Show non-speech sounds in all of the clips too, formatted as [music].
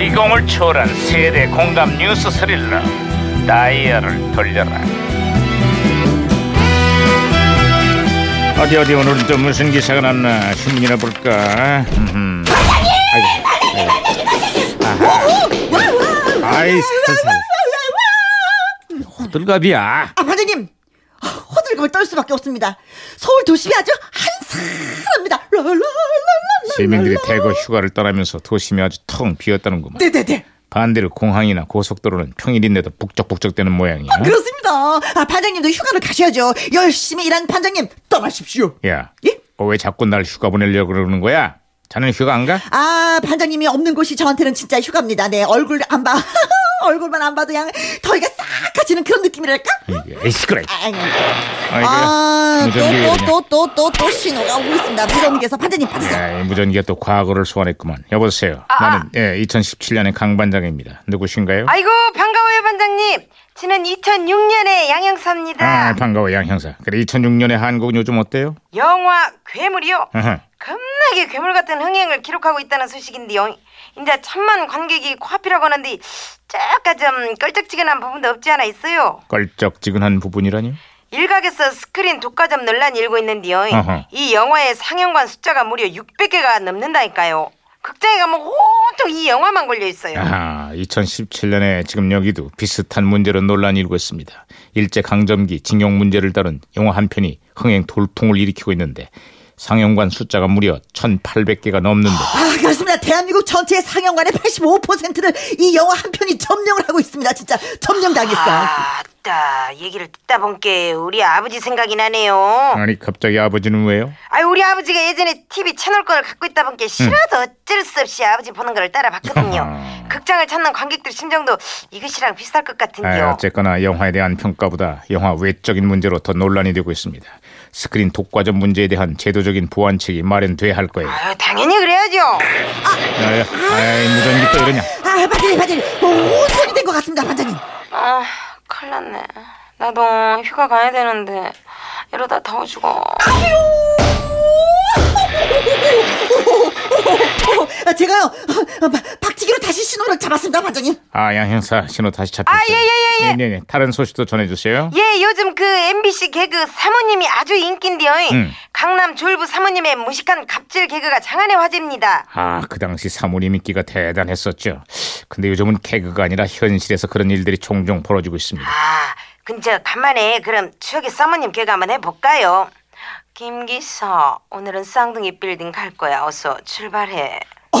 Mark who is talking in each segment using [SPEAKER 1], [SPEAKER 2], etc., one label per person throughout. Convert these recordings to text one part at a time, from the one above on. [SPEAKER 1] 감동을 초월한 세대 공감 뉴스 스릴러 다이얼을 돌려라 어디 어디 오늘은 또 무슨 기사가 났나 신문이나 볼까 음. 아이고, 아이고. 아하. 아이 세상에 호들갑이야
[SPEAKER 2] 아, 반장님 아, 호들갑을 떨 수밖에 없습니다. 서울 도심이 아주 한산합니다. 랄랄랄랄랄.
[SPEAKER 1] 시민들이 대거 휴가를 떠나면서 도심이 아주 텅 비었다는구만
[SPEAKER 2] 네네네.
[SPEAKER 1] 반대로 공항이나 고속도로는 평일인데도 북적북적대는 모양이야
[SPEAKER 2] 그렇습니다. 아, 반장님도 휴가를 가셔야죠. 열심히 일한 반장님 떠나십시오.
[SPEAKER 1] 야,
[SPEAKER 2] 예?
[SPEAKER 1] 어, 왜 자꾸 날 휴가 보내려고 그러는 거야? 자네는 휴가 안 가?
[SPEAKER 2] 아, 반장님이 없는 곳이 저한테는 진짜 휴가입니다. 네, 얼굴 안 봐. 얼굴만 안 봐도 그냥 더위가 싹 가지는 그런 느낌이랄까?
[SPEAKER 1] 에이 시끄러.
[SPEAKER 2] 아이고.
[SPEAKER 1] 아이고.
[SPEAKER 2] 아,
[SPEAKER 1] 무전기.
[SPEAKER 2] 또, 또, 또, 또, 또, 또 신호가 오고 있습니다. 무전기에서 반장님 받으세요.
[SPEAKER 1] 야, 이 무전기가 또 과거를 소환했구만. 여보세요. 나는 예, 2017년의 강 반장입니다. 누구신가요?
[SPEAKER 3] 아이고 반가워요 반장님. 저는 2006년에 양형사입니다.
[SPEAKER 1] 아, 반가워 양 형사. 그래 2006년의 한국은 요즘 어때요? [laughs]
[SPEAKER 3] 영화 괴물이요.
[SPEAKER 1] 아하.
[SPEAKER 3] 겁나게 괴물 같은 흥행을 기록하고 있다는 소식인데요. 이제 천만 관객이 코앞이라고 하는데 약간 좀 껄쩍지근한 부분도 없지 않아 있어요.
[SPEAKER 1] 껄쩍지근한 부분이라니?
[SPEAKER 3] 일각에서 스크린 독과점 논란이 일고 있는데요.
[SPEAKER 1] 어허.
[SPEAKER 3] 이 영화의 상영관 숫자가 무려 600개가 넘는다니까요. 극장에 가면 온통 이 영화만 걸려 있어요.
[SPEAKER 1] 아하, 2017년에 지금 여기도 비슷한 문제로 논란이 일고 있습니다. 일제 강점기 징용 문제를 다룬 영화 한 편이 흥행 돌풍을 일으키고 있는데 상영관 숫자가 무려 1,800개가 넘는데
[SPEAKER 2] 아, 그렇습니다. 대한민국 전체의 상영관의 85%를 이 영화 한 편이 점령을 하고 있습니다. 진짜 점령당했어.
[SPEAKER 1] 아.
[SPEAKER 3] 아따 얘기를 듣다 보니까 우리 아버지 생각이 나네요.
[SPEAKER 1] 아니 갑자기 아버지는 왜요?
[SPEAKER 3] 아이 우리 아버지가 예전에 TV 채널권을 갖고 있다
[SPEAKER 1] 음.
[SPEAKER 3] 보니까 싫어도 어쩔 수 없이 아버지 보는
[SPEAKER 1] [laughs]
[SPEAKER 3] 걸 따라봤거든요.
[SPEAKER 1] 아하.
[SPEAKER 3] 극장을 찾는 관객들 심정도 이것이랑 비슷할 것
[SPEAKER 1] 아,
[SPEAKER 3] 같은데요.
[SPEAKER 1] 어쨌거나 영화에 대한 평가보다 영화 외적인 문제로 더 논란이 되고 있습니다. 스크린 독과점 문제에 대한 제도적인 보완책이 마련돼야 할 거예요.
[SPEAKER 3] 아유 당연히 그래야죠.
[SPEAKER 1] 아이, 아이, 무전기 또 이러냐?
[SPEAKER 2] 아, 반장님, 반장님. 오, 손이 된 것 같습니다, 반장님.
[SPEAKER 3] 아 큰일 났네. 나도 휴가 가야 되는데 이러다 더워 죽어.
[SPEAKER 2] 어, 아, 제가요, 어, 어, 바- 박치기로 다시 신호를 잡았습니다, 반장님.
[SPEAKER 1] 아, 양 형사 신호 다시 잡혔어요.
[SPEAKER 3] 아, 예, 예, 예, 예.
[SPEAKER 1] 예, 예. 다른 소식도 전해주세요.
[SPEAKER 3] 예, 요즘 그 MBC 개그 사모님이 아주 인기인데요.
[SPEAKER 1] 음.
[SPEAKER 3] 강남 졸부 사모님의 무식한 갑질 개그가 장안의 화제입니다.
[SPEAKER 1] 아, 그 당시 사모님 인기가 대단했었죠. 근데 요즘은 개그가 아니라 현실에서 그런 일들이 종종 벌어지고 있습니다. [laughs]
[SPEAKER 3] 아, 근저 간만에 그럼 추억의 사모님 개그 한번 해볼까요? 김기사, 오늘은 쌍둥이 빌딩 갈 거야. 어서 출발해.
[SPEAKER 2] 어,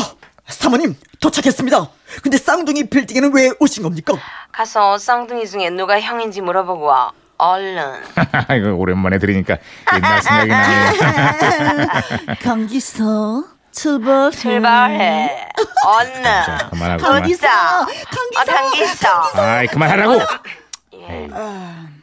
[SPEAKER 2] 사모님, 도착했습니다. 근데 쌍둥이 빌딩에는 왜 오신 겁니까?
[SPEAKER 3] 가서 쌍둥이 중에 누가 형인지 물어보고 와. 얼른.
[SPEAKER 1] 이거 오랜만에 들으니까 옛날 생각이 나네요.
[SPEAKER 2] 강기서, 출발.
[SPEAKER 3] 출발해. 얼른.
[SPEAKER 1] 자, 그만하고 그만.
[SPEAKER 2] 강기서,
[SPEAKER 3] 자,
[SPEAKER 2] 강기서.
[SPEAKER 3] 어, 당기사.
[SPEAKER 1] 아이, 그만하라고.
[SPEAKER 3] 예.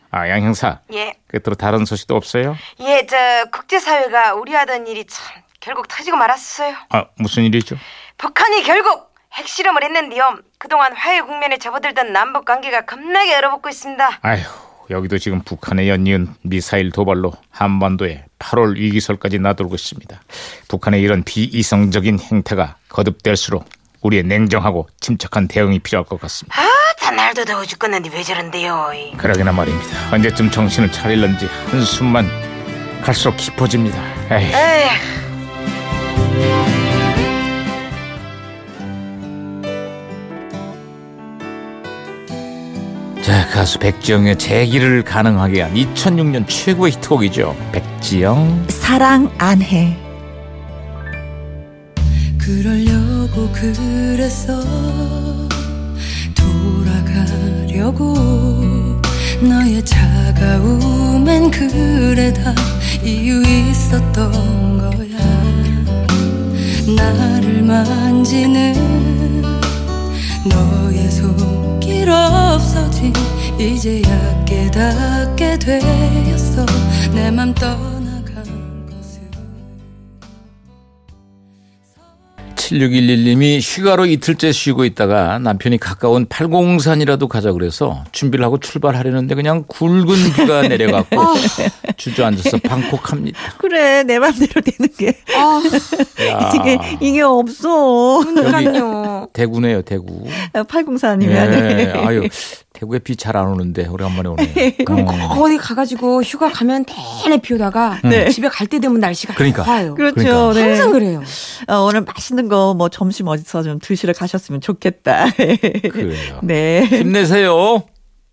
[SPEAKER 1] 아, 양 형사.
[SPEAKER 3] 예.
[SPEAKER 1] 끝으로 다른 소식도 없어요?
[SPEAKER 3] 예, 저 국제사회가 우려하던 일이 참 결국 터지고 말았어요.
[SPEAKER 1] 아, 무슨 일이죠?
[SPEAKER 3] 북한이 결국 핵실험을 했는데요. 그동안 화해 국면에 접어들던 남북 관계가 겁나게 얼어붙고 있습니다.
[SPEAKER 1] 아휴, 여기도 지금 북한의 연이은 미사일 도발로 한반도에 8월 위기설까지 나돌고 있습니다. 북한의 이런 비이성적인 행태가 거듭될수록 우리의 냉정하고 침착한 대응이 필요할 것 같습니다.
[SPEAKER 3] 아따 날도 더워 죽겠는데 왜 저런데요? 이.
[SPEAKER 1] 그러기나 말입니다. 언제쯤 정신을 차릴런지 한숨만 갈수록 깊어집니다. 에이.
[SPEAKER 3] 에휴.
[SPEAKER 1] 자 가수 백지영의 재기를 가능하게 한 2006년 최고의 히트곡이죠. 백지영.
[SPEAKER 2] 사랑 안 해.
[SPEAKER 4] 그러려고 그랬어 돌아가려고 너의 차가움엔 그래 다 이유 있었던 거야 나를 만지는 너의 손길 없어진 이제야 깨닫게 되었어 내 맘 떠나간 것을
[SPEAKER 5] 7611님이 휴가로 이틀째 쉬고 있다가 남편이 가까운 팔공산이라도 가자 그래서 준비를 하고 출발하려는데 그냥 굵은
[SPEAKER 3] [laughs]
[SPEAKER 5] 비가 내려갖고
[SPEAKER 3] 아.
[SPEAKER 5] 주저앉아서 방콕합니다.
[SPEAKER 6] 그래 내 맘대로 되는 게
[SPEAKER 3] 아,
[SPEAKER 6] [laughs]
[SPEAKER 5] 야,
[SPEAKER 6] 이게 이게 없어.
[SPEAKER 3] 그러니까요.
[SPEAKER 5] 대구네요, 대구.
[SPEAKER 6] 팔공사님이야.
[SPEAKER 5] 예, 아유, 대구에 비 잘 안 오는데
[SPEAKER 3] [laughs]
[SPEAKER 5] 오래간만에 오네.
[SPEAKER 3] 그럼
[SPEAKER 5] 어.
[SPEAKER 3] 거기 가가지고 휴가 가면 내내 비 오다가
[SPEAKER 6] 네.
[SPEAKER 3] 집에 갈 때 되면 날씨가
[SPEAKER 5] 그러니까.
[SPEAKER 3] 좋아요.
[SPEAKER 6] [laughs] 그렇죠. 네.
[SPEAKER 3] 항상 그래요.
[SPEAKER 6] 어, 오늘 맛있는 거 뭐 점심 어디서 좀 드시러 가셨으면 좋겠다.
[SPEAKER 5] 그래요.
[SPEAKER 6] [laughs] 네.
[SPEAKER 5] 힘내세요.